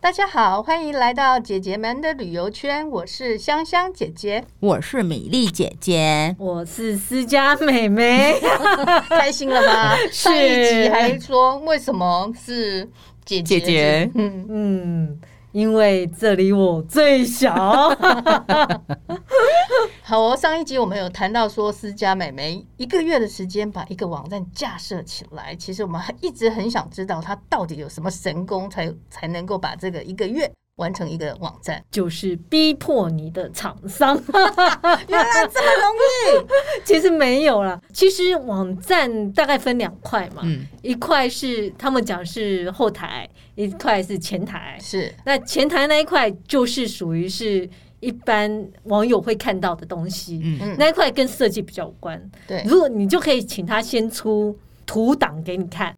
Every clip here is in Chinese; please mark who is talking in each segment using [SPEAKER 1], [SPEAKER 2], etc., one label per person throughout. [SPEAKER 1] 大家好，欢迎来到姐姐们的旅游圈，我是香香姐 姐，
[SPEAKER 2] 我是米粒姐姐，
[SPEAKER 3] 我是思佳妹 妹。
[SPEAKER 1] 开心了吗？上一集还说为什么是姐姐，
[SPEAKER 2] 姐姐
[SPEAKER 1] 嗯，
[SPEAKER 3] 嗯，因为这里我最小。
[SPEAKER 1] 好哦。上一集我们有谈到说，思佳美眉一个月的时间把一个网站架设起来，其实我们还一直很想知道她到底有什么神功才，才能够把这个一个月完成一个网站。
[SPEAKER 3] 就是逼迫你的厂商，
[SPEAKER 1] 原来这么容易，
[SPEAKER 3] 其实没有啦。其实网站大概分两块嘛，
[SPEAKER 2] 嗯，
[SPEAKER 3] 一块是他们讲是后台，一块是前 台。
[SPEAKER 1] 是
[SPEAKER 3] 那前台那一块就是属于是一般网友会看到的东西，
[SPEAKER 2] 嗯
[SPEAKER 1] 嗯
[SPEAKER 3] 那一块跟设计比较有关。
[SPEAKER 1] 对。
[SPEAKER 3] 如果你就可以请他先出图档给你看，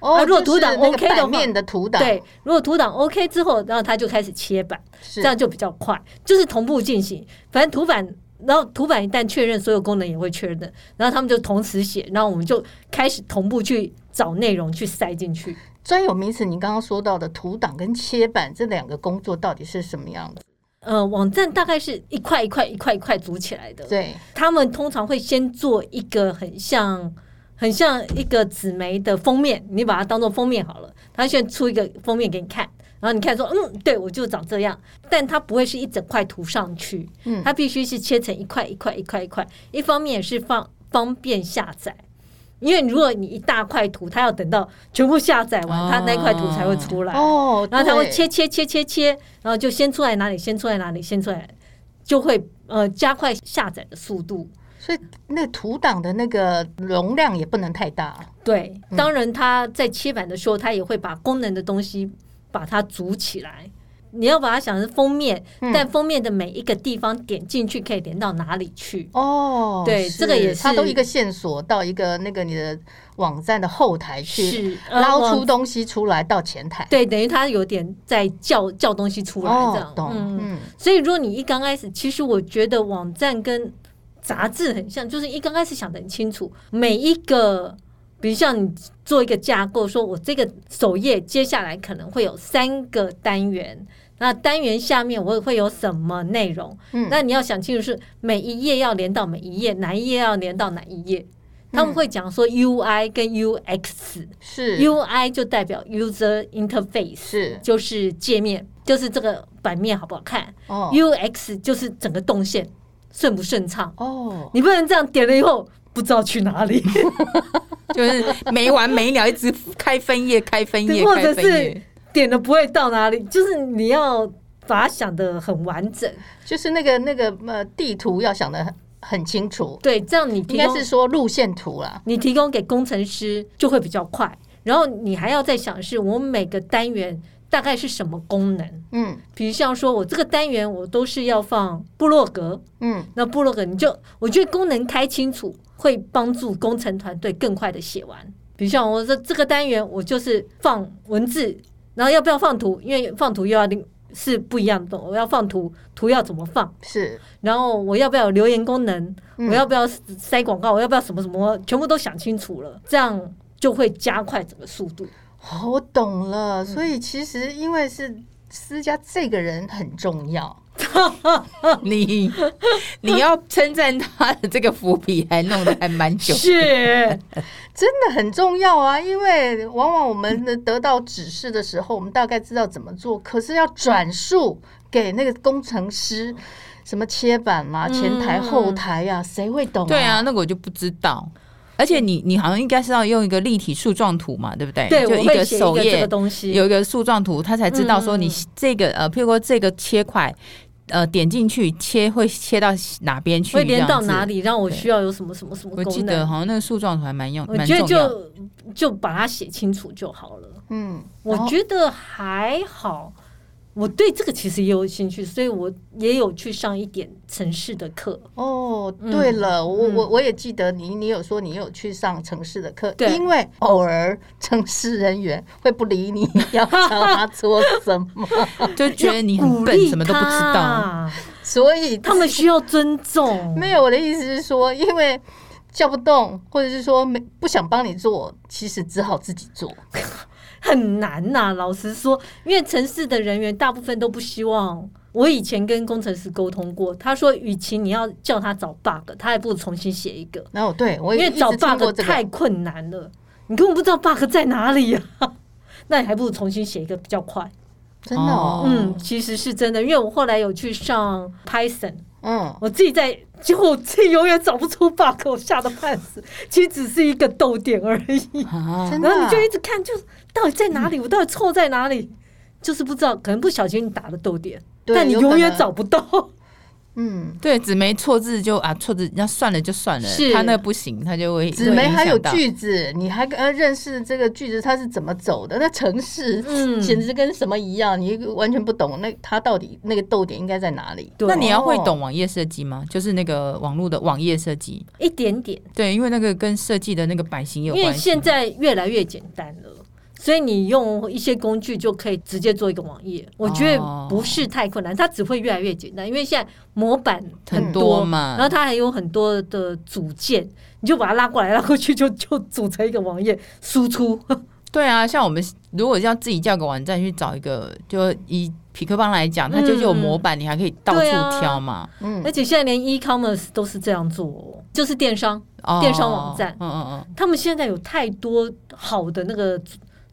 [SPEAKER 1] 哦
[SPEAKER 3] 啊如果
[SPEAKER 1] 就是
[SPEAKER 3] 图档
[SPEAKER 1] 那个
[SPEAKER 3] OK 的
[SPEAKER 1] 版
[SPEAKER 3] 话
[SPEAKER 1] 面的图档，
[SPEAKER 3] 对，如果图档 OK 之后，然后他就开始切板，
[SPEAKER 1] 是
[SPEAKER 3] 这样就比较快，就是同步进行。反正图板，然后图板一旦确认，所有功能也会确认，然后他们就同时写，然后我们就开始同步去找内容去塞进去。
[SPEAKER 1] 专有名词，你刚刚说到的图档跟切板这两个工作到底是什么样子？
[SPEAKER 3] 呃，网站大概是一块一块一块一块组起来的，
[SPEAKER 1] 对，
[SPEAKER 3] 他们通常会先做一个很像。很像一个纸媒的封面，你把它当做封面好了。他先出一个封面给你看，然后你看说，嗯，对我就长这样，但它不会是一整块涂上去，
[SPEAKER 1] 嗯
[SPEAKER 3] 它必须是切成一块一块一块一块。一方面也是方方便下载，因为如果你一大块图，它要等到全部下载完，它那块图才会出来。
[SPEAKER 1] 哦，
[SPEAKER 3] 然后他会
[SPEAKER 1] 对，
[SPEAKER 3] 切切切切切，然后就先出来哪里，先出来哪里，先出来，就会呃加快下载的速度。
[SPEAKER 1] 所以那图档的那个容量也不能太大。
[SPEAKER 3] 对
[SPEAKER 1] 嗯，
[SPEAKER 3] 当然他在切板的时候，他也会把功能的东西把它组起来。你要把它想成封面，
[SPEAKER 1] 嗯
[SPEAKER 3] 但封面的每一个地方点进去可以连到哪里去？
[SPEAKER 1] 哦，
[SPEAKER 3] 对这个也是
[SPEAKER 1] 它都一个线索到一个那个你的网站的后台去
[SPEAKER 3] 是呃
[SPEAKER 1] 捞
[SPEAKER 3] 往
[SPEAKER 1] 出东西出来到前台。
[SPEAKER 3] 对，等于他有点在叫叫东西出来这样
[SPEAKER 1] 哦，。懂，
[SPEAKER 3] 嗯，
[SPEAKER 1] 嗯，
[SPEAKER 3] 所以如果你一刚开始，其实我觉得网站跟杂志很像，就是一刚开始想得很清楚，每一个，比如像你做一个架构，说我这个首页接下来可能会有三个单元，那单元下面我会有什么内容？
[SPEAKER 1] 嗯
[SPEAKER 3] 那你要想清楚是每一页要连到每一页，哪一页要连到哪一页。他们会讲说 UI 跟 UX，UI、
[SPEAKER 1] 嗯是
[SPEAKER 3] UI 就代表 User Interface，
[SPEAKER 1] 是
[SPEAKER 3] 就是界面，就是这个版面好不好看。
[SPEAKER 1] 哦
[SPEAKER 3] UX 就是整个动线顺不顺畅，
[SPEAKER 1] 哦，
[SPEAKER 3] 你不能这样点了以后不知道去哪里，
[SPEAKER 2] 就是没完没了，一直开分页、开分页、
[SPEAKER 3] 或
[SPEAKER 2] 开
[SPEAKER 3] 者
[SPEAKER 2] 分页
[SPEAKER 3] 是。点了不会到哪里，就是你要把它想得很完整，
[SPEAKER 1] 就是那个那个呃地图要想的很很清楚，
[SPEAKER 3] 对，这样你
[SPEAKER 1] 应
[SPEAKER 3] 提
[SPEAKER 1] 该
[SPEAKER 3] 供
[SPEAKER 1] 是说路线图啦。
[SPEAKER 3] 你提供给工程师就会比较快，然后你还要再想是我每个单元大概是什么功能，
[SPEAKER 1] 嗯
[SPEAKER 3] 比如像说我这个单元我都是要放部落格，
[SPEAKER 1] 嗯，
[SPEAKER 3] 那部落格你就，我觉得功能开清楚会帮助工程团队更快的写完。比如像我说这个单元，我就是放文字，然后要不要放图？因为放图又要另是不一样的东西，我要放图，图要怎么放？
[SPEAKER 1] 是
[SPEAKER 3] 然后我要不要有留言功能？
[SPEAKER 1] 嗯
[SPEAKER 3] 我要不要塞广告？我要不要什么什么？全部都想清楚了，这样就会加快整个速度。
[SPEAKER 1] 哦，我懂了。所以其实因为是思佳这个人很重要，
[SPEAKER 2] 你你要称赞他的这个伏笔，还弄得还蛮久。哎
[SPEAKER 3] 是，
[SPEAKER 1] 真的很重要啊。因为往往我们的得到指示的时候，我们大概知道怎么做，可是要转述给那个工程师，什么切板啦、前台、
[SPEAKER 3] 嗯
[SPEAKER 1] 后台呀、谁会懂、
[SPEAKER 2] 对啊，，那个我就不知道。而且你你好像应该是要用一个立体树状图嘛，对不对？
[SPEAKER 3] 对，
[SPEAKER 2] 就
[SPEAKER 3] 我
[SPEAKER 2] 一
[SPEAKER 3] 会
[SPEAKER 2] 个
[SPEAKER 3] 写一个
[SPEAKER 2] 首
[SPEAKER 3] 这
[SPEAKER 2] 页
[SPEAKER 3] 个东西。
[SPEAKER 2] 有一个树状图，他才知道说你
[SPEAKER 3] 嗯嗯
[SPEAKER 2] 这个呃，譬如说这个切块，呃，点进去切会切到哪边去，
[SPEAKER 3] 会连到
[SPEAKER 2] 这样子
[SPEAKER 3] 哪里？让我
[SPEAKER 2] 对
[SPEAKER 3] 需要有什么什么什么
[SPEAKER 2] 我
[SPEAKER 3] 功能？
[SPEAKER 2] 记得好像那个树状图还蛮用，
[SPEAKER 3] 我
[SPEAKER 2] 蛮
[SPEAKER 3] 觉得
[SPEAKER 2] 重要的。
[SPEAKER 3] 就就把它写清楚就好了。
[SPEAKER 1] 嗯，
[SPEAKER 3] 我
[SPEAKER 1] 然
[SPEAKER 2] 哦
[SPEAKER 1] 后
[SPEAKER 3] 觉得还好，我对这个其实也有兴趣，所以我也有去上一点城市的课。
[SPEAKER 1] 哦，
[SPEAKER 3] 嗯
[SPEAKER 1] 对了，我
[SPEAKER 3] 嗯
[SPEAKER 1] 我我也记得你，你有说你有去上城市的课，
[SPEAKER 3] 对
[SPEAKER 1] 因为偶尔城市人员会不理你，要教他做什么，
[SPEAKER 2] 就觉得你很
[SPEAKER 3] 要鼓
[SPEAKER 2] 笨，
[SPEAKER 3] 励
[SPEAKER 2] 什么都不知道。
[SPEAKER 3] 他，
[SPEAKER 1] 所以
[SPEAKER 3] 他们需要尊 重。
[SPEAKER 1] 没有我的意思是说，因为叫不动，或者是说没不想帮你做，其实只好自己做。
[SPEAKER 3] 很难呐、老实说，因为城市的人员大部分都不希望。我以前跟工程师沟通过，他说，与其你要叫他找 bug，他还不如重新写一个，
[SPEAKER 1] 然后对我
[SPEAKER 3] 因
[SPEAKER 1] 也
[SPEAKER 3] 为
[SPEAKER 1] 一直
[SPEAKER 3] 找
[SPEAKER 1] 听过
[SPEAKER 3] bug
[SPEAKER 1] 这个
[SPEAKER 3] 太困难了，你根本不知道 bug 在哪里呀、 那你还不如重新写一个比较快。
[SPEAKER 1] 真的哦，
[SPEAKER 3] 嗯，其实是真的，因为我后来有去上 Python，
[SPEAKER 1] 嗯，
[SPEAKER 3] 我自己在，结果我自己永远找不出 bug，我吓得半死。其实只是一个逗点而已，
[SPEAKER 2] 啊
[SPEAKER 1] 真的
[SPEAKER 3] 然
[SPEAKER 1] 啊嗯
[SPEAKER 3] 后你就一直看，就是到底在哪里，我到底错在哪里，就是不知道，可能不小心打了逗点，
[SPEAKER 1] 对
[SPEAKER 3] 但你
[SPEAKER 1] 有可
[SPEAKER 3] 永远
[SPEAKER 1] 能
[SPEAKER 3] 找不到。
[SPEAKER 1] 嗯，
[SPEAKER 2] 对，纸媒错字就啊错字，那算了就算了，
[SPEAKER 3] 是
[SPEAKER 2] 他那不行，他就会
[SPEAKER 1] 纸媒还有，
[SPEAKER 2] 会影响
[SPEAKER 1] 句子，你还呃认识这个句子它是怎么走的？那城市
[SPEAKER 3] 嗯
[SPEAKER 1] 简直跟什么一样，你完全不懂那它到底那个逗点应该在哪里？
[SPEAKER 2] 到
[SPEAKER 3] 对
[SPEAKER 2] 那你要会
[SPEAKER 1] 哦
[SPEAKER 2] 懂网页设计吗？就是那个网络的网页设计，
[SPEAKER 3] 一点点，
[SPEAKER 2] 对，因为那个跟设计的那个版型
[SPEAKER 3] 因
[SPEAKER 2] 有
[SPEAKER 3] 为
[SPEAKER 2] 关系。
[SPEAKER 3] 现在越来越简单了。所以你用一些工具就可以直接做一个网页，我觉
[SPEAKER 2] 哦
[SPEAKER 3] 得不是太困难，它只会越来越简单，因为现在模板
[SPEAKER 2] 很
[SPEAKER 3] 多
[SPEAKER 2] 多嘛
[SPEAKER 3] 然后它还有很多的组件，你就把它拉过来拉过去就， 就组成一个网页输出。
[SPEAKER 2] 对啊，像我们如果要自己叫个网站去找一个，就以匹克邦来讲，它就是有模板，你还可以到
[SPEAKER 3] 嗯对啊
[SPEAKER 2] 处挑嘛。
[SPEAKER 1] 嗯
[SPEAKER 3] 而，且现在连 e-commerce 都是这样做、哦，就是电商，
[SPEAKER 2] 哦
[SPEAKER 3] 电商网站
[SPEAKER 2] 嗯嗯
[SPEAKER 3] 他们现在有太多好的那个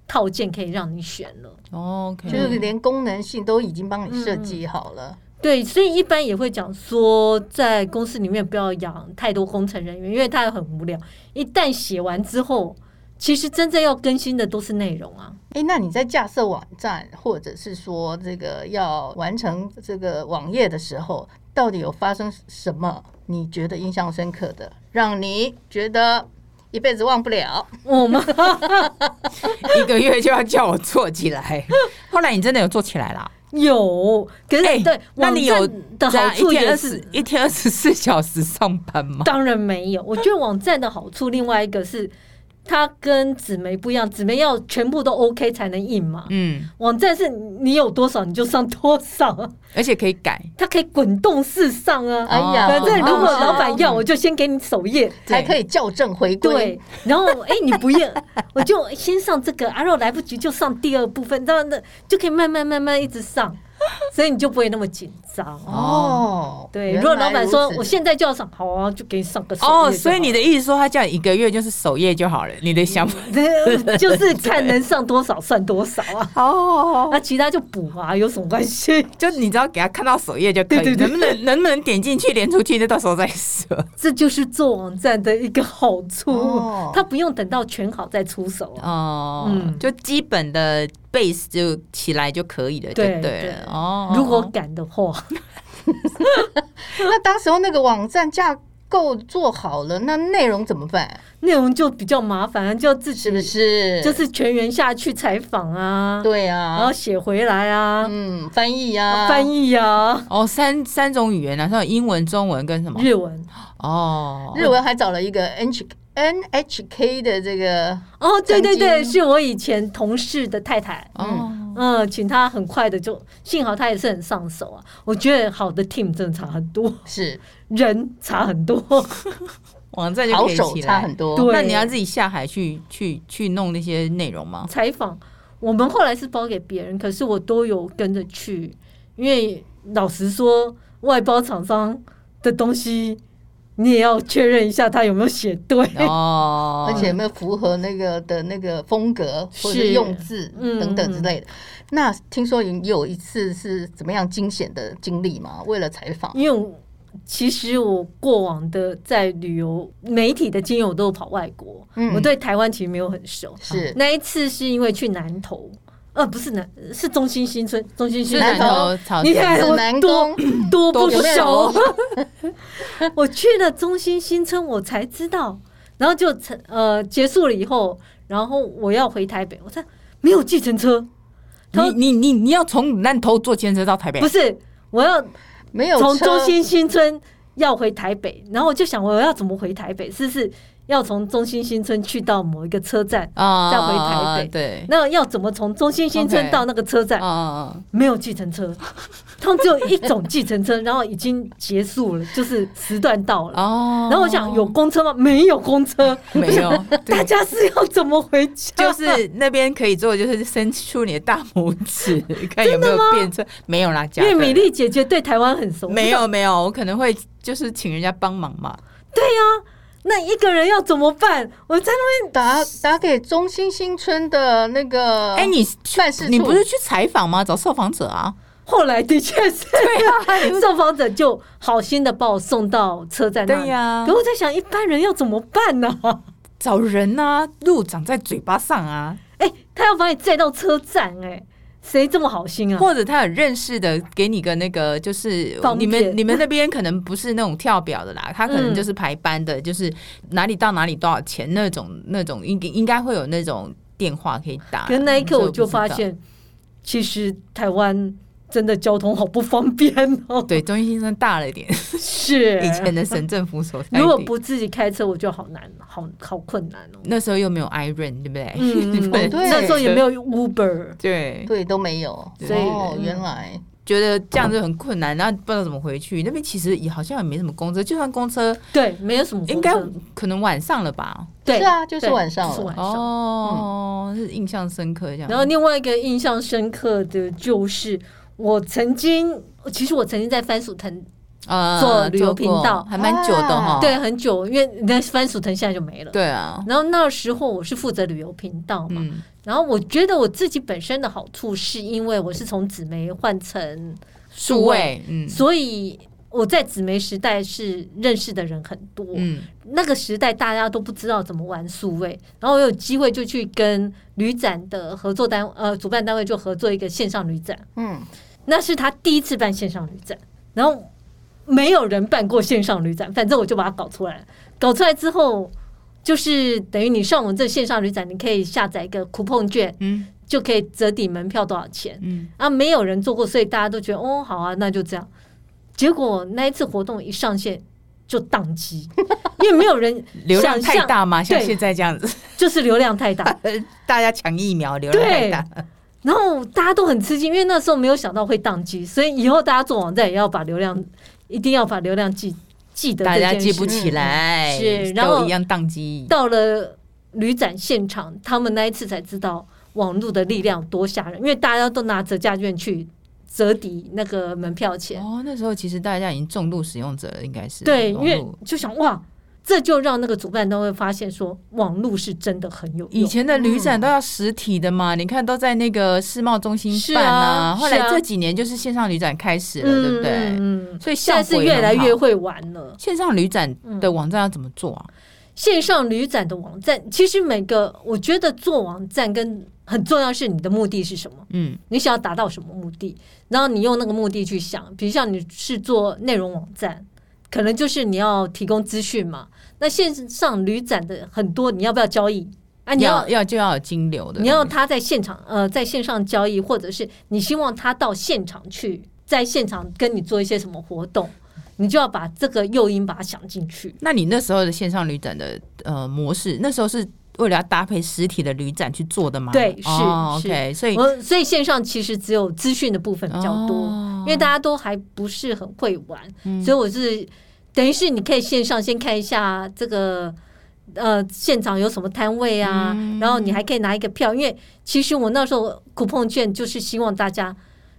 [SPEAKER 3] 套件可以让你选了。
[SPEAKER 2] 嗯，OK，
[SPEAKER 1] 就是连功能性都已经帮你设
[SPEAKER 3] 嗯
[SPEAKER 1] 计好了。
[SPEAKER 3] 对，所以一般也会讲说，在公司里面不要养太多工程人员，因为他很无聊。一旦写完之后，其实真正要更新的都是内容啊。
[SPEAKER 1] 诶，哎那你在架设网站，或者是说这个要完成这个网页的时候，到底有发生什么你觉得印象深刻的，让你觉得一辈子忘不了？
[SPEAKER 3] 我 们
[SPEAKER 2] 一个月就要叫我做起来。 后来你真的有做起来啦？
[SPEAKER 3] 有，可是、
[SPEAKER 2] 哎
[SPEAKER 3] 对，
[SPEAKER 2] 那你有
[SPEAKER 3] 网站的好处
[SPEAKER 2] 一天
[SPEAKER 3] 也
[SPEAKER 2] 二
[SPEAKER 3] 是
[SPEAKER 2] 十一天二十四小时上班吗？
[SPEAKER 3] 当然没有。我觉得网站的好处，另外一个是它跟纸媒不一样，纸媒要全部都 OK 才能印嘛。
[SPEAKER 2] 嗯，
[SPEAKER 3] 网站是你有多少你就上多少，啊
[SPEAKER 2] 而且可以改，
[SPEAKER 3] 它可以滚动式上啊。
[SPEAKER 1] 哎呀，
[SPEAKER 3] 反正如果
[SPEAKER 2] 哦
[SPEAKER 3] 老板要，我就先给你首页。
[SPEAKER 1] 还可以校正回归，
[SPEAKER 3] 对，然后哎、你不要， 我就先上这个，啊，如果来不及就上第二部分，这样的就可以慢慢慢慢一直上，所以你就不会那么紧张。
[SPEAKER 1] 哦，
[SPEAKER 3] 对，
[SPEAKER 1] 原来
[SPEAKER 3] 如果老板说
[SPEAKER 1] 如此
[SPEAKER 3] 我现在就要上，好啊，就给你上个首页就好
[SPEAKER 2] 哦，
[SPEAKER 3] 了。
[SPEAKER 2] 所以你的意思说他叫你一个月就是首页就好了，你的想法
[SPEAKER 3] 就是看能上多少算多少啊，
[SPEAKER 2] 哦，
[SPEAKER 3] 那其他就补啊，有什么关系？
[SPEAKER 2] 就你只要给他看到首页就可以，
[SPEAKER 3] 对对对
[SPEAKER 2] 能不能能不能点进去连出去，就到时候再说。
[SPEAKER 3] 这就是做网站的一个好处，
[SPEAKER 1] 哦
[SPEAKER 3] 它不用等到全好再出手啊。
[SPEAKER 2] 哦，
[SPEAKER 3] 嗯
[SPEAKER 2] 就基本的 base 就起来就可以了，
[SPEAKER 3] 对
[SPEAKER 2] 就对
[SPEAKER 3] 对
[SPEAKER 2] 了。哦，
[SPEAKER 3] 如果敢的话，
[SPEAKER 1] 那当时候那个网站架构做好了，那内容怎么办？
[SPEAKER 3] 内容就比较麻烦，就要自己
[SPEAKER 1] 是不是？
[SPEAKER 3] 嗯就是全员下去采访啊，
[SPEAKER 1] 对
[SPEAKER 3] 然后
[SPEAKER 1] 啊，
[SPEAKER 3] 写回来啊，
[SPEAKER 1] 嗯，翻译呀，
[SPEAKER 3] 翻译啊，
[SPEAKER 2] 哦三三种语言啊，像有英文、中文跟什么？
[SPEAKER 3] 日文
[SPEAKER 2] 哦，
[SPEAKER 1] 日文还找了一个 N H N H K 的这个，
[SPEAKER 3] 哦，对对
[SPEAKER 1] 曾
[SPEAKER 3] 对，
[SPEAKER 1] 经
[SPEAKER 3] 是我以前同事的太太。
[SPEAKER 2] 哦，
[SPEAKER 3] 嗯，请她很快的就，幸好她也是很上手啊。我觉得好的 team 真的差很多。
[SPEAKER 1] 是
[SPEAKER 3] 人差很多，
[SPEAKER 2] 网站就
[SPEAKER 1] 好
[SPEAKER 2] 可以
[SPEAKER 1] 手
[SPEAKER 2] 起
[SPEAKER 1] 差
[SPEAKER 2] 来。
[SPEAKER 1] 很多。
[SPEAKER 3] 对
[SPEAKER 2] 哦那你要自己下海去去去弄那些内容 吗？
[SPEAKER 3] 采访我们后来是包给别人，可是我都有跟着去，因为老实说，外包厂商的东西你也要确认一下他有没有写对。
[SPEAKER 2] 哦，
[SPEAKER 1] 而且有没有符合那个的那个风格或者
[SPEAKER 3] 是
[SPEAKER 1] 用字
[SPEAKER 3] 嗯
[SPEAKER 1] 等等之类的？那听说你有一次是怎么样惊险的经历吗？为了采访，
[SPEAKER 3] 因为我其实我过往的在旅游媒体的经验，我都有跑外国，
[SPEAKER 1] 嗯
[SPEAKER 3] 我对台湾其实没有很熟。
[SPEAKER 1] 是
[SPEAKER 3] 那一次是因为去南投，呃，不是南，是中心新村，中心
[SPEAKER 2] 是
[SPEAKER 3] 新村
[SPEAKER 2] 南
[SPEAKER 1] 南
[SPEAKER 2] 头
[SPEAKER 1] 头
[SPEAKER 2] 草
[SPEAKER 3] 你
[SPEAKER 2] 地
[SPEAKER 3] 看
[SPEAKER 1] 指
[SPEAKER 3] 我
[SPEAKER 1] 南
[SPEAKER 3] 多
[SPEAKER 1] 宫
[SPEAKER 3] 多不
[SPEAKER 2] 多哦
[SPEAKER 1] 不
[SPEAKER 3] 熟
[SPEAKER 1] 熟。
[SPEAKER 3] 我去了中心新村，我才知道，然后就成呃结束了以后，然后我要回台北，我说没有计程车，他说
[SPEAKER 2] 你你你你要从南头坐电车到台北
[SPEAKER 3] 不？是，我要
[SPEAKER 1] 没有
[SPEAKER 3] 从
[SPEAKER 1] 车
[SPEAKER 3] 中心新村要回台北，然后我就想我要怎么回台北，是不是要从中心新村去到某一个车站，
[SPEAKER 2] 啊，
[SPEAKER 3] 再回台北
[SPEAKER 2] 对，
[SPEAKER 3] 那要怎么从中心新村
[SPEAKER 2] OK
[SPEAKER 3] 到那个车站？
[SPEAKER 2] 啊，
[SPEAKER 3] 没有计程车，他们只有一种计程 车，然后已经结束了，就是时段到了。
[SPEAKER 2] 哦，
[SPEAKER 3] 然后我想有公车吗？没有 公车，
[SPEAKER 2] 没有？对
[SPEAKER 3] 大家是要怎么回家？
[SPEAKER 2] 就是那边可以做，的就是伸出你的大拇指， 看有没有变色。没有啦，假
[SPEAKER 3] 因
[SPEAKER 2] 的
[SPEAKER 3] 为米粒姐姐对台湾很熟，
[SPEAKER 2] 没有没有，我可能会就是请人家帮忙嘛。
[SPEAKER 3] 哦那一个人要怎么办？我在那
[SPEAKER 1] 打打给中心新村的那个，
[SPEAKER 2] 哎，你去
[SPEAKER 1] 办事处
[SPEAKER 2] 你不是去采访吗？找受访者 啊。
[SPEAKER 3] 后来的确啊是，
[SPEAKER 2] 对
[SPEAKER 3] 受访者就好心的把我送到车站那里。
[SPEAKER 2] 对呀
[SPEAKER 3] 可我啊在想，一般人要怎么办呢、
[SPEAKER 2] 找人啊，路长在嘴巴上啊，
[SPEAKER 3] 哎、他要把你载到车站、哎，谁这么好心啊？
[SPEAKER 2] 或者他有认识的，给你个那个，就是
[SPEAKER 3] 方
[SPEAKER 2] 你
[SPEAKER 3] 便
[SPEAKER 2] 们你们那边可能不是那种跳表的 啦，他可能就是排班的，就是哪里到哪里多少钱那种那种，应应该会有那种电话可以打。
[SPEAKER 3] 可是那一刻
[SPEAKER 2] 所以
[SPEAKER 3] 我就
[SPEAKER 2] 不知道
[SPEAKER 3] 发，现，其实台湾真的交通好不方便哦。
[SPEAKER 2] 对，中心先生大了一点，
[SPEAKER 3] 是
[SPEAKER 2] 以前的省政府所在地。
[SPEAKER 3] 啊如果不自己开车，我就好难，好好困难 哦。
[SPEAKER 2] 那时候又没有 Iron，对不 对？
[SPEAKER 3] 嗯，
[SPEAKER 2] 对
[SPEAKER 1] 对
[SPEAKER 3] 那时候也没有 Uber，
[SPEAKER 2] 对，
[SPEAKER 1] 对都没有，
[SPEAKER 2] 对
[SPEAKER 1] 所以哦，
[SPEAKER 3] 嗯
[SPEAKER 1] 原来
[SPEAKER 2] 觉得这样就很困难，然后不知道怎么回去。那边其实也好像也没什么公车，就算公车，
[SPEAKER 3] 对，没有什么公车
[SPEAKER 2] 应该可能晚上了吧？
[SPEAKER 3] 对
[SPEAKER 1] 是啊就是
[SPEAKER 3] 对
[SPEAKER 1] 晚上
[SPEAKER 3] 就是
[SPEAKER 1] 了
[SPEAKER 3] 晚上。
[SPEAKER 2] 哦，是印象深刻这样。
[SPEAKER 3] 然后另外一个印象深刻的就是，我曾经，其实我曾经在番薯藤，
[SPEAKER 2] 呃
[SPEAKER 3] 做旅游频道
[SPEAKER 2] 做过还蛮久的哈、
[SPEAKER 1] 啊
[SPEAKER 3] 对，很久，因为那番薯藤现在就没了。
[SPEAKER 2] 哦对啊，
[SPEAKER 3] 然后那时候我是负责旅游频道嘛，
[SPEAKER 2] 嗯，
[SPEAKER 3] 然后我觉得我自己本身的好处是因为我是从纸媒换成
[SPEAKER 2] 数，位，嗯
[SPEAKER 3] 所以我在纸媒时代是认识的人很多，
[SPEAKER 2] 嗯
[SPEAKER 3] 那个时代大家都不知道怎么玩数位，然后我有机会就去跟旅展的合作单呃主办单位就合作一个线上旅展，
[SPEAKER 1] 嗯，
[SPEAKER 3] 那是他第一次办线上旅展，然后没有人办过线上旅展，反正我就把它搞出来了。搞出来之后，就是等于你上我们这线上旅展，你可以下载一个 coupon 券，
[SPEAKER 2] 嗯
[SPEAKER 3] 就可以折抵门票多少钱。
[SPEAKER 2] 嗯，
[SPEAKER 3] 啊，没有人做过，所以大家都觉得哦，好啊，那就这样。结果那一次活动一上线就宕机，因为没有人
[SPEAKER 2] 流量
[SPEAKER 3] 想
[SPEAKER 2] 太
[SPEAKER 3] 象
[SPEAKER 2] 大嘛，像
[SPEAKER 3] 对
[SPEAKER 2] 现在这样子，呃
[SPEAKER 3] 就是流量太大，
[SPEAKER 2] 大家抢疫苗，流量太大，
[SPEAKER 3] 然后大家都很吃惊，因为那时候没有想到会宕机，所以以后大家做网站也要把流量，一定要把流量记记得
[SPEAKER 2] 大
[SPEAKER 3] 这件
[SPEAKER 2] 家
[SPEAKER 3] 事。
[SPEAKER 2] 记不起来，
[SPEAKER 3] 是然后
[SPEAKER 2] 都一样宕机。
[SPEAKER 3] 到了旅展现场，他们那一次才知道网络的力量多吓人，因为大家都拿折价券去折抵那个门票钱。
[SPEAKER 2] 哦，那时候其实大家已经重度使用者了，应该是
[SPEAKER 3] 对，因
[SPEAKER 2] 网
[SPEAKER 3] 为
[SPEAKER 2] 络
[SPEAKER 3] 就想哇，这就让那个主办单位发现说，网络是真的很有
[SPEAKER 2] 以
[SPEAKER 3] 用。
[SPEAKER 2] 前的旅展都要实体的嘛，你看都在那个世贸中心
[SPEAKER 3] 是
[SPEAKER 2] 办
[SPEAKER 3] 啊
[SPEAKER 2] 后来
[SPEAKER 3] 是啊
[SPEAKER 2] 这几年嗯就是线上旅展开始了，对不
[SPEAKER 3] 嗯
[SPEAKER 2] 对？
[SPEAKER 3] 嗯，嗯
[SPEAKER 2] 所以
[SPEAKER 3] 现在
[SPEAKER 2] 效
[SPEAKER 3] 是
[SPEAKER 2] 果也
[SPEAKER 3] 越
[SPEAKER 2] 很
[SPEAKER 3] 来
[SPEAKER 2] 好
[SPEAKER 3] 越会玩了。
[SPEAKER 2] 线上旅展
[SPEAKER 3] 嗯
[SPEAKER 2] 的网站要怎么做啊？
[SPEAKER 3] 线上旅展的网站，其实每个我觉得做网站跟很重要是你的目的是什么，
[SPEAKER 2] 嗯
[SPEAKER 3] 你想要达到什么目的，然后你用那个目的去想，比如像你是做内容网站，可能就是你要提供资讯嘛。那线上旅展的很多，你要不要交易啊？你要
[SPEAKER 2] 要要就要有金流的，
[SPEAKER 3] 你要他在现场呃在线上交易，或者是你希望他到现场去，在现场跟你做一些什么活动，你就要把这个诱因把它想进去。
[SPEAKER 2] 那你那时候的线上旅展的呃模式，那时候是为了要搭配实体的旅展去做的吗？
[SPEAKER 3] 对是
[SPEAKER 2] 哦、
[SPEAKER 3] 是
[SPEAKER 2] OK，所以
[SPEAKER 3] 我所以线上其实只有资讯的部分比较多，
[SPEAKER 2] 哦嗯
[SPEAKER 3] 因为大家都还不是很会玩，所以我是等于是你可以线上先看一下这个呃现场有什么摊位啊，
[SPEAKER 2] 嗯
[SPEAKER 3] 然后你还可以拿一个票，因为其实我那时候苦碰券就是希望大家，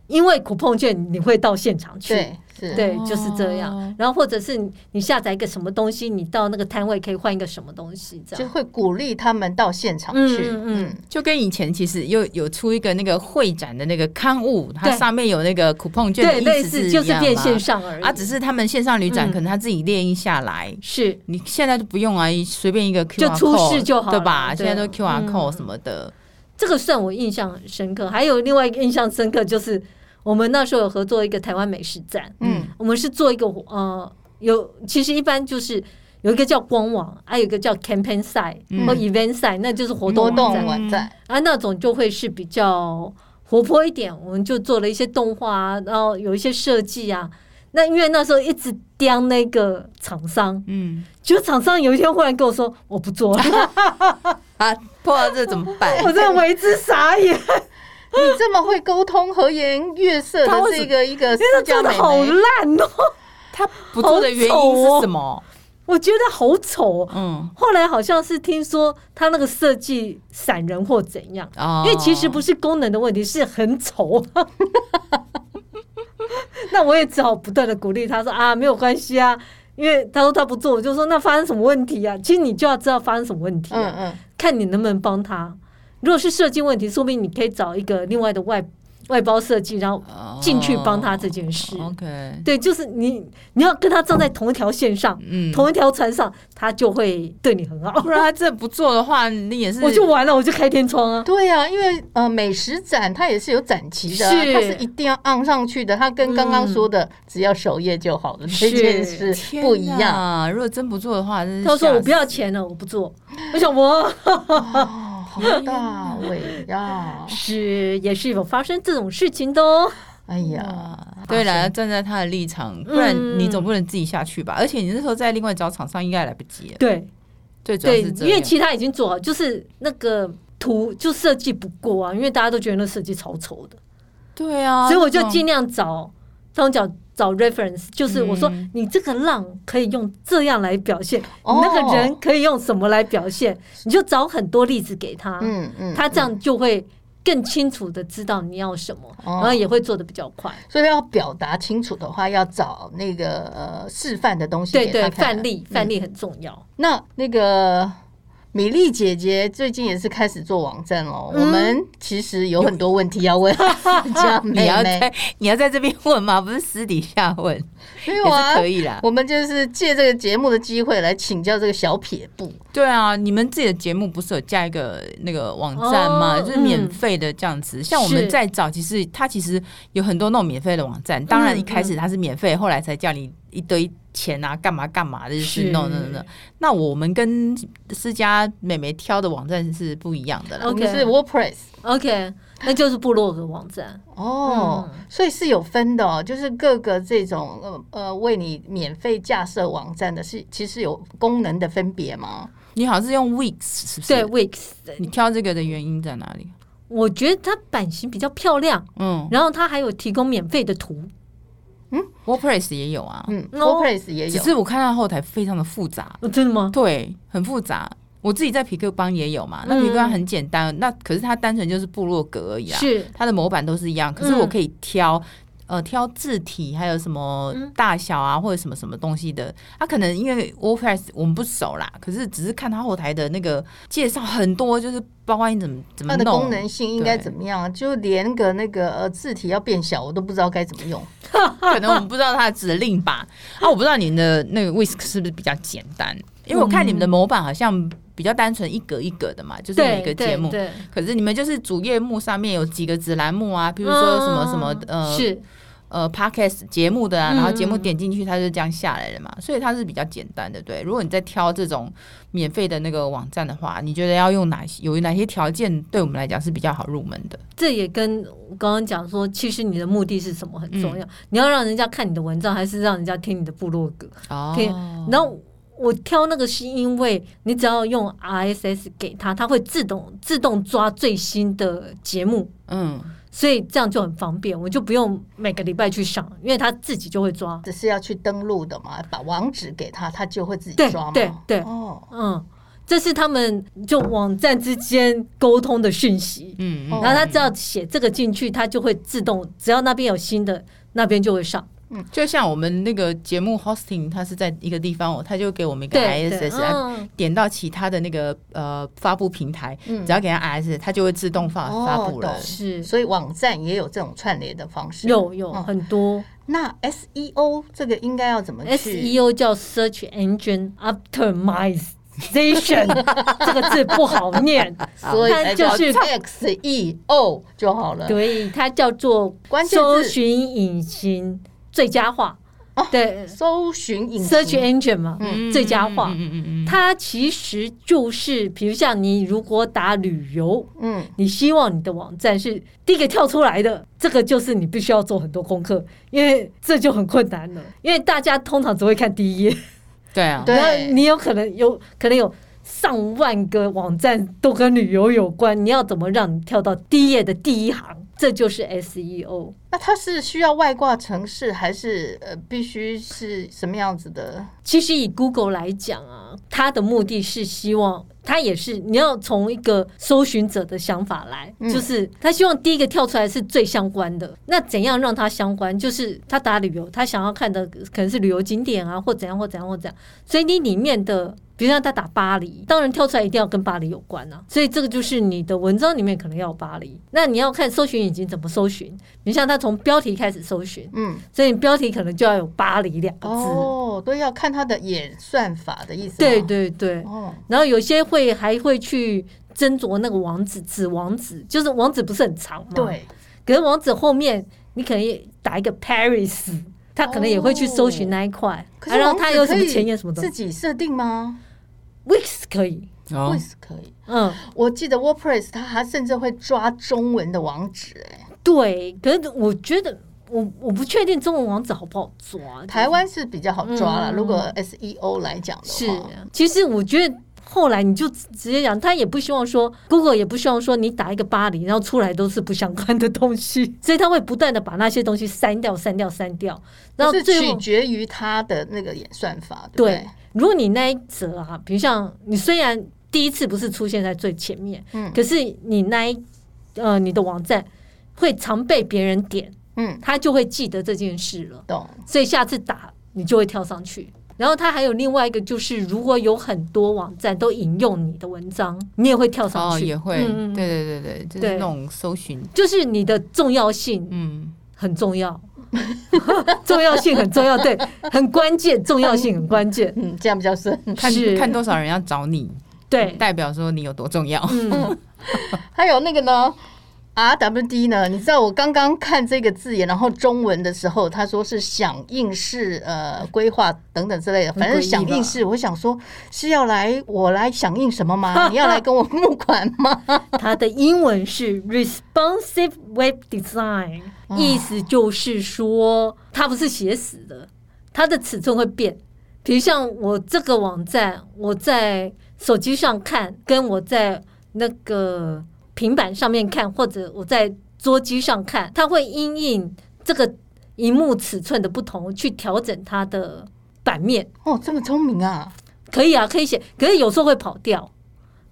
[SPEAKER 3] 因为苦碰券你会到现场去，
[SPEAKER 1] 对，是，
[SPEAKER 3] 对，就是这样
[SPEAKER 2] 哦。
[SPEAKER 3] 然后或者是你你下载一个什么东西，你到那个摊位可以换一个什么东西，这
[SPEAKER 1] 就
[SPEAKER 3] 样。
[SPEAKER 1] 会鼓励他们到现场
[SPEAKER 3] 嗯
[SPEAKER 1] 去，
[SPEAKER 3] 嗯嗯
[SPEAKER 1] 嗯，
[SPEAKER 2] 就跟以前其实又有出一个那个会展的那个刊物，它
[SPEAKER 3] 对
[SPEAKER 2] 上面有那个 coupon 券的
[SPEAKER 3] 对，
[SPEAKER 2] 意
[SPEAKER 3] 类
[SPEAKER 2] 思是
[SPEAKER 3] 似
[SPEAKER 2] 一
[SPEAKER 3] 就是
[SPEAKER 2] 样
[SPEAKER 3] 变
[SPEAKER 2] 吗
[SPEAKER 3] 线上而已
[SPEAKER 2] 啊，只是他们线上旅展
[SPEAKER 3] 嗯
[SPEAKER 2] 可能他自己列印下来。
[SPEAKER 3] 是
[SPEAKER 2] 你现在就不用啊，随便一个 QR
[SPEAKER 3] 就出示
[SPEAKER 2] code，
[SPEAKER 3] 就好了
[SPEAKER 2] 对吧？现
[SPEAKER 3] 对
[SPEAKER 2] 在都 QR
[SPEAKER 3] 嗯
[SPEAKER 2] code 什么的，
[SPEAKER 3] 这个算我印象很深刻。还有另外一个印象深刻就是，我们那时候有合作一个台湾美食展，
[SPEAKER 1] 嗯，
[SPEAKER 3] 我们是做一个呃，有其实一般就是有一个叫官网，还、有一个叫 campaign site
[SPEAKER 2] 嗯
[SPEAKER 3] 或 event site，那就是活动
[SPEAKER 1] 活
[SPEAKER 3] 网
[SPEAKER 1] 动
[SPEAKER 3] 站
[SPEAKER 1] 晚在，
[SPEAKER 3] 啊，那种就会是比较活泼一点。我们就做了一些动画啊，然后有一些设计啊。那因为那时候一直刁那个厂商，
[SPEAKER 2] 嗯，
[SPEAKER 3] 结果厂商有一天忽然跟我说我不做了，
[SPEAKER 2] 啊，破到这怎么办？
[SPEAKER 3] 我真的为之 傻眼，
[SPEAKER 1] 你这么会沟通、和颜悦色
[SPEAKER 2] 他
[SPEAKER 1] 的
[SPEAKER 2] 为什
[SPEAKER 1] 这个一个私
[SPEAKER 3] 真的
[SPEAKER 1] 家
[SPEAKER 3] 做
[SPEAKER 1] 美
[SPEAKER 3] 的好
[SPEAKER 1] 眉，
[SPEAKER 3] 烂哦、
[SPEAKER 2] 他不做的原因是什么？
[SPEAKER 3] 我觉得好丑、哦。
[SPEAKER 2] 嗯，
[SPEAKER 3] 后来好像是听说他那个设计闪人或怎样，
[SPEAKER 2] 哦，
[SPEAKER 3] 因为其实不是功能的问题，是很丑。 那我也只好不断的鼓励他说啊，没有关系啊，因为他说他不做，我就说那发生什么问题啊？其实你就要知道发生什么问题、
[SPEAKER 1] 嗯
[SPEAKER 3] 啊，
[SPEAKER 1] 嗯，
[SPEAKER 3] 看你能不能帮他。如果是设计问题，说明你可以找一个另外的外外包设计，然后
[SPEAKER 2] 哦
[SPEAKER 3] 进去帮他这件事。
[SPEAKER 2] OK，
[SPEAKER 3] 对，就是你你要跟他站在同一条线上，
[SPEAKER 2] 嗯，
[SPEAKER 3] 同一条船上，他就会对你很好
[SPEAKER 2] 不。然他这不做的话，你也是
[SPEAKER 3] 我就完了，我就开天窗啊！
[SPEAKER 1] 对啊，因为呃，美食展它也是有展期的啊、
[SPEAKER 3] 是
[SPEAKER 1] 它是一定要按上去的。它跟刚刚说的、只要首页就好了这
[SPEAKER 3] 是
[SPEAKER 1] 件事
[SPEAKER 2] 天
[SPEAKER 1] 不一样。
[SPEAKER 2] 哪如果真不做的话，真是
[SPEAKER 3] 他说
[SPEAKER 2] 吓
[SPEAKER 3] 我不要钱了，我不做。我想我
[SPEAKER 1] 哦，好大伟呀、
[SPEAKER 3] 是也是有发生这种事情的哦。
[SPEAKER 1] 哎
[SPEAKER 2] 死
[SPEAKER 1] 呀，
[SPEAKER 2] 啊！对
[SPEAKER 1] 发
[SPEAKER 2] 啦，要
[SPEAKER 1] 生
[SPEAKER 2] 站在他的立场，不然
[SPEAKER 3] 嗯
[SPEAKER 2] 你总不能自己下去吧？而且你那时候在另外找厂商，应该也来不及了。
[SPEAKER 3] 对
[SPEAKER 2] 最主要
[SPEAKER 3] 对，
[SPEAKER 2] 是这
[SPEAKER 3] 因为
[SPEAKER 2] 样。
[SPEAKER 3] 其他已经做好，就是那个图就设计不过啊，因为大家都觉得那设计超丑的，
[SPEAKER 2] 对啊，
[SPEAKER 3] 所以我就
[SPEAKER 2] 那种
[SPEAKER 3] 尽量找张角。找 reference 就是我说
[SPEAKER 2] 嗯
[SPEAKER 3] 你这个浪可以用这样来表现，
[SPEAKER 1] 哦
[SPEAKER 3] 你那个人可以用什么来表现，你就找很多例子给他。
[SPEAKER 1] 嗯嗯，
[SPEAKER 3] 他这样就会更清楚的知道你要什么，
[SPEAKER 2] 嗯
[SPEAKER 1] 哦
[SPEAKER 3] 然后也会做的比较快。
[SPEAKER 2] 哦
[SPEAKER 1] 所以要表达清楚的话，要找那个呃示范的东西
[SPEAKER 3] 对
[SPEAKER 1] 给
[SPEAKER 3] 对
[SPEAKER 1] 他，看
[SPEAKER 3] 范例
[SPEAKER 2] 嗯
[SPEAKER 3] 范例很重要。
[SPEAKER 1] 那那个米粒姐姐最近也是开始做网站喽、
[SPEAKER 3] 嗯
[SPEAKER 1] 我们其实有很多问题要 问家
[SPEAKER 2] 你
[SPEAKER 1] 妹
[SPEAKER 2] 要
[SPEAKER 1] 妹，
[SPEAKER 2] 在你要在这边问吗？不是私底下问，
[SPEAKER 1] 没
[SPEAKER 2] 也
[SPEAKER 1] 有
[SPEAKER 2] 是
[SPEAKER 1] 啊
[SPEAKER 2] 可。以啦。
[SPEAKER 1] 我们就是借这个节目的机会来请教这个小撇步，
[SPEAKER 2] 对啊，你们自己的节目不是有加一个那个网站吗？
[SPEAKER 3] 哦
[SPEAKER 2] 就是免费的这样子。像我
[SPEAKER 3] 是
[SPEAKER 2] 们在找，其实它其实有很多那种免费的网站。当
[SPEAKER 3] 嗯
[SPEAKER 2] 然一开始它是免费，后来才叫你一堆钱啊，干嘛干嘛的，就是
[SPEAKER 3] 是
[SPEAKER 2] 弄弄弄。那我们跟私家美眉挑的网站是不一样的啦。
[SPEAKER 1] 我
[SPEAKER 3] OK
[SPEAKER 1] 们是 WordPress
[SPEAKER 3] OK，那就是部落格网站。
[SPEAKER 1] 哦，
[SPEAKER 3] 嗯
[SPEAKER 1] 所以是有分的哦，就是各个这种呃呃为你免费架设网站的是，其实有功能的分别吗？
[SPEAKER 2] 你好像是用 Wix 是不
[SPEAKER 3] 对
[SPEAKER 2] 是？
[SPEAKER 3] Wix，
[SPEAKER 2] 你挑这个的原因在哪里？
[SPEAKER 3] 我觉得它版型比较漂亮，
[SPEAKER 2] 嗯
[SPEAKER 3] 然后它还有提供免费的图。
[SPEAKER 2] ，WordPress 也有啊，
[SPEAKER 1] 嗯
[SPEAKER 3] 哦
[SPEAKER 1] ，WordPress 也
[SPEAKER 2] 只
[SPEAKER 1] 有，
[SPEAKER 2] 是我看到后台非常的复杂。
[SPEAKER 3] 哦，真的吗？
[SPEAKER 2] 对，很复杂。我自己在皮克邦也有嘛，那皮克邦很简单，那可是它单纯就是部落格而已啊，
[SPEAKER 3] 是
[SPEAKER 2] 它的模板都是一样，可是我可以挑。呃，挑字体还有什么
[SPEAKER 3] 嗯
[SPEAKER 2] 大小啊，或者什么什么东西的，它、可能因为 WordPress 我们不熟啦，可是只是看它后台的那个介绍很多，就是包括你怎么怎么
[SPEAKER 1] 它的
[SPEAKER 2] 弄
[SPEAKER 3] 嗯
[SPEAKER 1] 功能性应该
[SPEAKER 2] 对
[SPEAKER 1] 怎么样？啊就连个那个呃字体要变小，我都不知道该怎么用。
[SPEAKER 2] 可能我们不知道它的指令吧。啊，我不知道你的那个 whisk 是不是比较简单，因为我看你们的模板好像比较单纯，一格一格的嘛，就是每
[SPEAKER 3] 对
[SPEAKER 2] 个
[SPEAKER 3] 对
[SPEAKER 2] 节目。
[SPEAKER 3] 对，
[SPEAKER 2] 可是你们就是主页幕上面有几个子栏目啊，比如说什么什么、呃
[SPEAKER 3] 嗯是
[SPEAKER 2] 呃 podcast 节目的啊，
[SPEAKER 3] 嗯
[SPEAKER 2] 然后节目点进去它就这样下来了嘛，所以它是比较简单的。对，如果你在挑这种免费的那个网站的话，你觉得要用哪些有哪些条件对我们来讲是比较好入门的？
[SPEAKER 3] 这也跟我刚刚讲说，其实你的目的是什么很重
[SPEAKER 2] 嗯
[SPEAKER 3] 要。你要让人家看你的文章，还是让人家听你的部落格？
[SPEAKER 2] 哦
[SPEAKER 3] 可以然后我挑那个是因为你只要用 RSS 给它，它会自动自动抓最新的节目，
[SPEAKER 2] 嗯，
[SPEAKER 3] 所以这样就很方便，我就不用每个礼拜去上，因为它自己就会抓。
[SPEAKER 1] 只是要去登录的嘛，把网址给他，他就会自己
[SPEAKER 3] 对
[SPEAKER 1] 抓嘛。
[SPEAKER 3] 对对，
[SPEAKER 1] 哦，
[SPEAKER 3] 嗯，这是他们就网站之间沟通的讯息，
[SPEAKER 2] 嗯
[SPEAKER 1] 哦
[SPEAKER 2] 嗯，
[SPEAKER 3] 然后他只要写这个进去，它就会自动，只要那边有新的，那边就会上。
[SPEAKER 2] 就像我们那个节目 hosting，它是在一个地方，哦，它就给我们一个
[SPEAKER 3] 对对，
[SPEAKER 2] ISS 啊
[SPEAKER 3] 嗯，
[SPEAKER 2] 点到其他的那个呃发布平台，
[SPEAKER 1] 嗯
[SPEAKER 2] 只要给它 ISS，它就会自动发
[SPEAKER 1] 哦
[SPEAKER 2] 发布了
[SPEAKER 1] 懂。
[SPEAKER 3] 是
[SPEAKER 1] 所以网站也有这种串联的方式。
[SPEAKER 3] 有有
[SPEAKER 1] 嗯
[SPEAKER 3] 很多
[SPEAKER 1] 那 SEO 这个应该要怎么去？
[SPEAKER 3] SEO E 叫 Search Engine Optimization，这个字不好念，
[SPEAKER 1] 啊所以
[SPEAKER 3] 它
[SPEAKER 1] 才
[SPEAKER 3] 就
[SPEAKER 1] 叫
[SPEAKER 3] 是
[SPEAKER 1] XEO 就好了。
[SPEAKER 3] 对，它叫做
[SPEAKER 1] 关键字
[SPEAKER 3] 搜寻引擎最佳化。对
[SPEAKER 1] 搜寻引擎
[SPEAKER 3] search engine 嘛，
[SPEAKER 2] 嗯
[SPEAKER 3] 最佳化
[SPEAKER 2] 嗯嗯嗯嗯嗯
[SPEAKER 3] 它其实就是，比如像你如果打旅游，
[SPEAKER 1] 嗯，
[SPEAKER 3] 你希望你的网站是第一个跳出来的，这个就是你必须要做很多功课，因为这就很困难了。因为大家通常只会看第一页，
[SPEAKER 2] 对啊，
[SPEAKER 1] 对
[SPEAKER 3] 然后你有可能有可能有上万个网站都跟旅游有关，你要怎么让你跳到第一页的第一行？这就是 E SEO。
[SPEAKER 1] 那它是需要外挂城市，还是呃必须是什么样子的？
[SPEAKER 3] 其实以 Google 来讲啊，它的目的是希望，它也是你要从一个搜寻者的想法来，
[SPEAKER 1] 嗯
[SPEAKER 3] 就是他希望第一个跳出来是最相关的。那怎样让它相关？就是他打旅游，他想要看的可能是旅游景点啊，或怎样或怎样或怎样。所以你里面的，比如像他打巴黎，当然跳出来一定要跟巴黎有关啊。所以这个就是你的文章里面可能要有巴黎。那你要看搜寻引擎怎么搜寻，你像他从标题开始搜寻，
[SPEAKER 1] 嗯，
[SPEAKER 3] 所以你标题可能就要有巴黎两个字。
[SPEAKER 1] 哦，都要看它的演算法的意思。
[SPEAKER 3] 对，对对，
[SPEAKER 1] 哦，
[SPEAKER 3] 然后有些会还会去斟酌那个网址，子网址就是网址不是很长嘛，。
[SPEAKER 1] 对，
[SPEAKER 3] 可是网址后面你可能也打一个 Paris，他可能也会去搜寻那一块，
[SPEAKER 1] 哦可
[SPEAKER 3] 啊
[SPEAKER 1] 是
[SPEAKER 3] 然
[SPEAKER 1] 网
[SPEAKER 3] 后
[SPEAKER 1] 址
[SPEAKER 3] 他有什
[SPEAKER 1] 可
[SPEAKER 3] 么
[SPEAKER 1] 以
[SPEAKER 3] 前言什么的
[SPEAKER 1] 自己设定吗？
[SPEAKER 3] ，Wix 可以，
[SPEAKER 2] 然后
[SPEAKER 1] 为什么可以？
[SPEAKER 3] 嗯，
[SPEAKER 1] 我记得 WordPress 它还甚至会抓中文的网址、哎，
[SPEAKER 3] 对。可是我觉得我我不确定中文网址好不好抓，
[SPEAKER 1] 台湾是比较好抓了、
[SPEAKER 3] 嗯
[SPEAKER 1] 如果 SEO 来讲的话，
[SPEAKER 3] 是，哦其实我觉得。后来你就直接讲，他也不希望说，Google 也不希望说你打一个巴黎，然后出来都是不相关的东西， 所以他会不断的把那些东西删掉、删掉、删掉，然后
[SPEAKER 1] 是
[SPEAKER 3] 最
[SPEAKER 1] 取
[SPEAKER 3] 后，
[SPEAKER 1] 决于它的那个演算法，对不
[SPEAKER 3] 对如果你那一则啊，比如像你虽然第一次不是出现在最前面，
[SPEAKER 1] 嗯
[SPEAKER 3] 可是你那一呃你的网站会常被别人点，
[SPEAKER 1] 嗯，
[SPEAKER 3] 他就会记得这件事了。
[SPEAKER 1] 懂，
[SPEAKER 3] 所以下次打你就会跳上去。然后它还有另外一个，就是如果有很多网站都引用你的文章，你也会跳上
[SPEAKER 2] 哦
[SPEAKER 3] 去，
[SPEAKER 2] 也会，
[SPEAKER 3] 嗯嗯
[SPEAKER 2] 对对对对，就是
[SPEAKER 3] 对
[SPEAKER 2] 那种搜寻，
[SPEAKER 3] 就是你的重要性
[SPEAKER 2] 嗯，
[SPEAKER 3] 很重要， 重要性很重要，对， 很关键，重要性很关键，
[SPEAKER 1] 嗯，这样比较顺。
[SPEAKER 2] 看
[SPEAKER 3] 是
[SPEAKER 2] 看多少人要找你，
[SPEAKER 3] 对，
[SPEAKER 2] 代表说你有多重要。
[SPEAKER 3] 嗯，
[SPEAKER 1] 还有那个呢，RWD 呢？你知道我刚刚看这个字眼，然后中文的时候，他说是响应式呃规划等等之类的，
[SPEAKER 3] 很
[SPEAKER 1] 反正
[SPEAKER 3] 诡异
[SPEAKER 1] 响应式，我想说是要来我来响应什么 吗？你要来跟我募款吗？
[SPEAKER 3] 它的英文是 responsive web design，意思就是说它不是写死的，它的尺寸会变。比如像我这个网站，我在手机上看，跟我在那个平板上面看，或者我在桌机上看，它会因应这个荧幕尺寸的不同去调整它的版面。
[SPEAKER 1] 哦，这么聪明啊！
[SPEAKER 3] 可以啊，可以写，可是有时候会跑掉。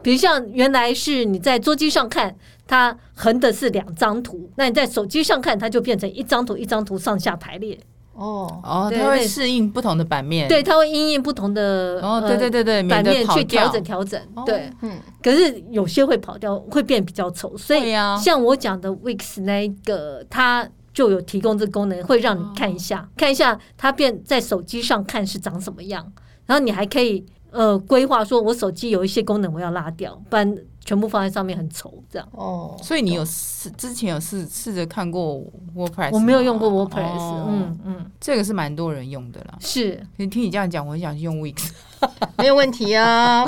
[SPEAKER 3] 比如像原来是你在桌机上看，它横的是两张图，那你在手机上看，它就变成一张图一张图上下排列。
[SPEAKER 1] 哦，
[SPEAKER 2] 哦，
[SPEAKER 3] 对
[SPEAKER 2] 它会
[SPEAKER 3] 对
[SPEAKER 2] 适应不同的版面。
[SPEAKER 3] 对，它会因应不同的
[SPEAKER 2] 嗯哦，
[SPEAKER 3] 呃
[SPEAKER 2] 对对对对，免
[SPEAKER 3] 版
[SPEAKER 2] 得
[SPEAKER 3] 面
[SPEAKER 2] 跑
[SPEAKER 3] 去调
[SPEAKER 2] 掉。
[SPEAKER 3] 整调整
[SPEAKER 2] 哦。
[SPEAKER 3] 对，
[SPEAKER 1] 嗯，
[SPEAKER 3] 可是有些会跑掉，会变比较丑。所
[SPEAKER 2] 对
[SPEAKER 3] 以
[SPEAKER 2] 呀
[SPEAKER 3] 像我讲的 Wix 那一个，它就有提供这个功能，会让你看一下，
[SPEAKER 2] 哦
[SPEAKER 3] 看一下它变在手机上看是长什么样，然后你还可以呃规划说，我手机有一些功能我要拉掉，不然全部放在上面很丑。这样
[SPEAKER 1] 哦，
[SPEAKER 2] 所以你有试之前有试试着看过 WordPress？
[SPEAKER 3] 我没有用过
[SPEAKER 2] 吗
[SPEAKER 3] WordPress，、
[SPEAKER 2] 哦
[SPEAKER 3] 嗯嗯，
[SPEAKER 2] 这个是蛮多人用的啦。
[SPEAKER 3] 是，
[SPEAKER 2] 你听你这样讲，我很想去用 Wix。
[SPEAKER 1] 没有问题 啊。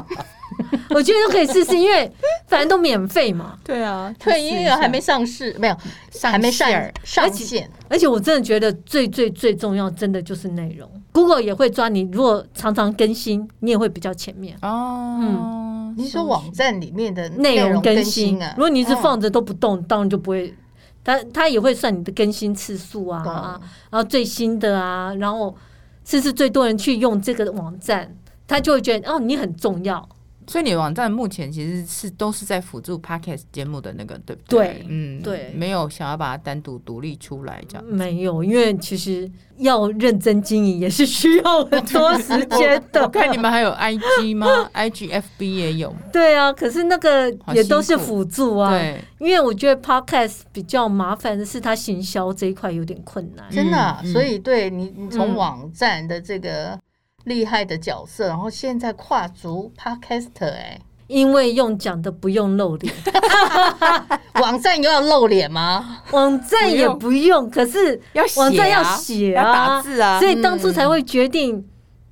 [SPEAKER 3] 我觉得都可以试试，因为反正都免费嘛。
[SPEAKER 2] 对啊，
[SPEAKER 1] 退音乐还没上市，没有，还没上上线。
[SPEAKER 3] 而且我真的觉得最最最重要，真的就是内容。Google 也会抓你，如果常常更新，你也会比较前面。
[SPEAKER 2] 哦。
[SPEAKER 3] 嗯
[SPEAKER 1] 你是说网站里面的
[SPEAKER 3] 内容
[SPEAKER 1] 容更
[SPEAKER 3] 更新
[SPEAKER 1] 啊？
[SPEAKER 3] 如果你
[SPEAKER 2] 嗯
[SPEAKER 3] 是
[SPEAKER 1] 哦
[SPEAKER 3] 放着都不动，当然就不会。它它也会算你的更新次数啊，
[SPEAKER 1] 懂
[SPEAKER 3] 然后最新的啊，然后这是最多人去用这个网站，他就会觉得哦你很重要。
[SPEAKER 2] 所以你的网站目前其实是都是在辅助 Podcast 节目的那个，对不
[SPEAKER 3] 对
[SPEAKER 2] 嗯，
[SPEAKER 3] 对
[SPEAKER 2] 没有想要把它单独独立出来这样。
[SPEAKER 3] 没有，因为其实要认真经营也是需要很多时 间
[SPEAKER 2] 我
[SPEAKER 3] 的。
[SPEAKER 2] 看你们还有 IG 吗？IGFB 也有，
[SPEAKER 3] 对啊，可是那个
[SPEAKER 2] 好
[SPEAKER 3] 也都是
[SPEAKER 2] 辛苦
[SPEAKER 3] 辅助啊，
[SPEAKER 2] 对，
[SPEAKER 3] 因为我觉得 podcast 比较麻烦的是，它行销这一块有点困难。
[SPEAKER 1] 真的啊、
[SPEAKER 2] 嗯嗯
[SPEAKER 1] 所以对你，你从
[SPEAKER 3] 嗯
[SPEAKER 1] 网站的这个厉害的角色，然后现在跨足 podcaster，哎、
[SPEAKER 3] 因为用讲的不用露脸，
[SPEAKER 1] 网站又要露脸 吗？
[SPEAKER 3] 网站也不用，可是
[SPEAKER 2] 要写、啊、
[SPEAKER 3] 网站要写
[SPEAKER 2] 要打
[SPEAKER 3] 啊，
[SPEAKER 2] 字啊，
[SPEAKER 3] 所以当初才会决定，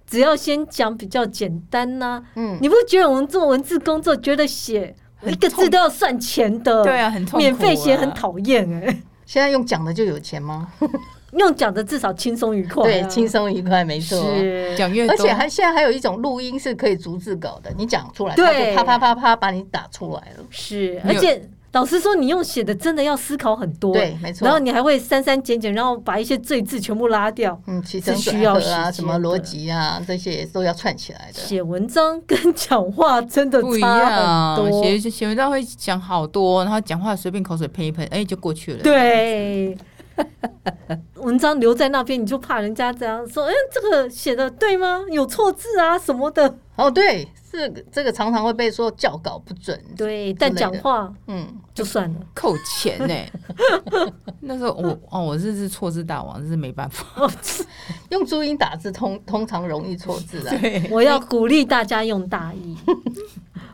[SPEAKER 3] 只要先讲比较简单呐、
[SPEAKER 1] 嗯，
[SPEAKER 3] 你不觉得我们做文字工作，觉得写
[SPEAKER 2] 很
[SPEAKER 3] 一个字都要算钱的，
[SPEAKER 2] 对啊，很痛苦、啊，
[SPEAKER 3] 免费写很讨厌哎。
[SPEAKER 1] 现在用讲的就有钱吗？
[SPEAKER 3] 用讲的至少轻松愉快、啊，
[SPEAKER 1] 对，轻松愉快，没错。
[SPEAKER 3] 是
[SPEAKER 2] 讲越多，
[SPEAKER 1] 而且还现在还有一种录音是可以逐字稿的，你讲出来，
[SPEAKER 3] 对
[SPEAKER 1] 它就啪啪啪啪把你打出来了。
[SPEAKER 3] 是，
[SPEAKER 2] 你
[SPEAKER 3] 而
[SPEAKER 2] 有
[SPEAKER 3] 且老实说，你用写的真的要思考很多，欸
[SPEAKER 1] 对，没错。
[SPEAKER 3] 然后你还会删删减减，然后把一些赘字全部拉掉。
[SPEAKER 1] 嗯，起承
[SPEAKER 3] 是需
[SPEAKER 1] 转
[SPEAKER 3] 要
[SPEAKER 1] 合啊，
[SPEAKER 3] 时
[SPEAKER 1] 什
[SPEAKER 3] 间
[SPEAKER 1] 么
[SPEAKER 3] 的
[SPEAKER 1] 逻辑啊，这些都要串起来的。
[SPEAKER 3] 写文章跟讲话真的
[SPEAKER 2] 不一
[SPEAKER 3] 差很
[SPEAKER 2] 样，
[SPEAKER 3] 多，
[SPEAKER 2] 写写文章会讲好多，然后讲话随便口水喷一喷，哎、就过 去了。，
[SPEAKER 3] 对。文章留在那边，你就怕人家这样说，哎、这个写的对吗？有错字啊什么的。
[SPEAKER 1] 哦，对，是这个常常会被说校稿不准。
[SPEAKER 3] 对，但
[SPEAKER 1] 之类
[SPEAKER 3] 讲
[SPEAKER 1] 的
[SPEAKER 3] 话
[SPEAKER 1] 嗯，
[SPEAKER 3] 就算了。
[SPEAKER 2] 扣钱呢、 那时候我哦，我这是错字大王，这是没办 法。
[SPEAKER 1] 用注音打字通通常容易错字啊。
[SPEAKER 2] 对，
[SPEAKER 3] 我要鼓励大家用大意，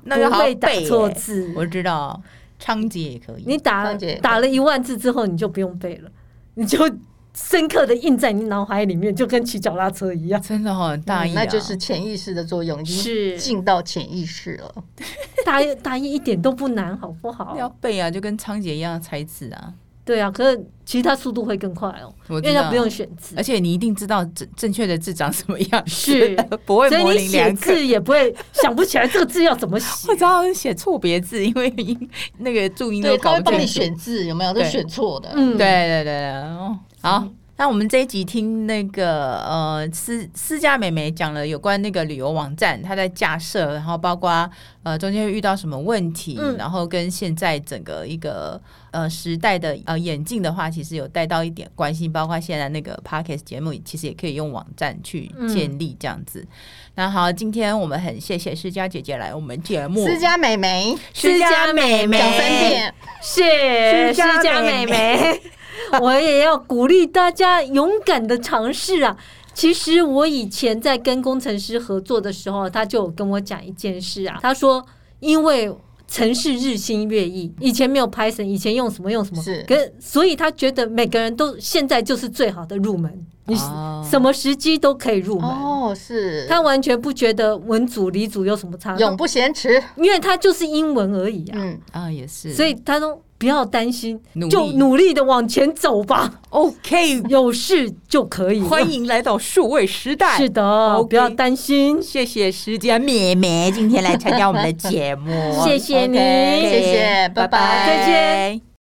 [SPEAKER 2] 那就
[SPEAKER 3] 不
[SPEAKER 2] 好好
[SPEAKER 3] 会打
[SPEAKER 2] 背耶
[SPEAKER 3] 错字。
[SPEAKER 2] 我知道，昌姐也可以。
[SPEAKER 3] 你打
[SPEAKER 1] 张姐
[SPEAKER 3] 打了一万字之后，你就不用背了，你就深刻的印在你脑海里面，就跟骑脚踏车一样。
[SPEAKER 2] 真的哦很
[SPEAKER 3] 嗯
[SPEAKER 2] 大意、啊
[SPEAKER 1] 那就是潜意识的作用，已经
[SPEAKER 3] 是
[SPEAKER 1] 进到潜意识了。
[SPEAKER 3] 大一大一一点都不难，好不
[SPEAKER 2] 要
[SPEAKER 3] 好？
[SPEAKER 2] 背啊，就跟昌姐一样猜字啊。
[SPEAKER 3] 对啊，可是其实它速度会更快哦，
[SPEAKER 2] 我
[SPEAKER 3] 因
[SPEAKER 2] 知
[SPEAKER 3] 为它
[SPEAKER 2] 道
[SPEAKER 3] 不，用选字
[SPEAKER 2] 而，且你一定知道正正确的字长什么样，
[SPEAKER 3] 是
[SPEAKER 2] 不会
[SPEAKER 3] 所以
[SPEAKER 2] 模
[SPEAKER 3] 你
[SPEAKER 2] 棱
[SPEAKER 3] 写
[SPEAKER 2] 两可。
[SPEAKER 3] 字也不会想不起来这个字要怎么 写
[SPEAKER 2] 我。知道写错别字，因为音那个注音都
[SPEAKER 1] 对，他
[SPEAKER 2] 搞
[SPEAKER 1] 会
[SPEAKER 2] 不
[SPEAKER 1] 帮
[SPEAKER 2] 清
[SPEAKER 1] 你
[SPEAKER 2] 楚。
[SPEAKER 1] 选字，有没有？都
[SPEAKER 2] 对
[SPEAKER 1] 选错的。
[SPEAKER 3] 嗯，
[SPEAKER 2] 对，对对对，哦好。那我们这一集听那个呃私私家美眉讲了有关那个旅游网站它在架设，然后包括呃中间会遇到什么问题，
[SPEAKER 3] 嗯
[SPEAKER 2] 然后跟现在整个一个呃时代的呃演进的话，其实有带到一点关系，包括现在那个 podcast 节目其实也可以用网站去
[SPEAKER 3] 嗯
[SPEAKER 2] 建立这样子。那好，今天我们很谢谢施佳姐姐来我们节目，
[SPEAKER 1] 私家美眉
[SPEAKER 2] 施佳美眉
[SPEAKER 1] 讲三遍，
[SPEAKER 3] 谢
[SPEAKER 2] 施佳
[SPEAKER 3] 施佳
[SPEAKER 2] 美
[SPEAKER 3] 美美， 我也要鼓励大家勇敢的尝试啊！其实我以前在跟工程师合作的时候，他就有跟我讲一件事啊，他说因为。城市日新月异，以前没有 Python，以前用什么用什么，
[SPEAKER 1] 是
[SPEAKER 3] 可所以他觉得每个人都现在就是最好的入门，你
[SPEAKER 2] 哦
[SPEAKER 3] 什么时机都可以入
[SPEAKER 2] 嗯
[SPEAKER 3] 门。
[SPEAKER 1] 哦，是
[SPEAKER 3] 他完全不觉得文组理组有什么差，
[SPEAKER 1] 永不嫌迟。
[SPEAKER 3] 因为他就是英文而已啊。
[SPEAKER 1] 嗯，
[SPEAKER 2] 啊也是，
[SPEAKER 3] 所以他说不要担心，
[SPEAKER 2] 努力
[SPEAKER 3] 就努力的往前走吧，
[SPEAKER 2] OK
[SPEAKER 3] 有事就可以 了。
[SPEAKER 2] 欢迎来到数位时代。
[SPEAKER 3] 是的
[SPEAKER 2] OK
[SPEAKER 3] 不要担心。
[SPEAKER 2] 谢谢时间妹妹今天来参加我们的节目
[SPEAKER 3] ，谢谢你
[SPEAKER 2] OK，
[SPEAKER 1] 谢谢拜拜
[SPEAKER 2] 再见。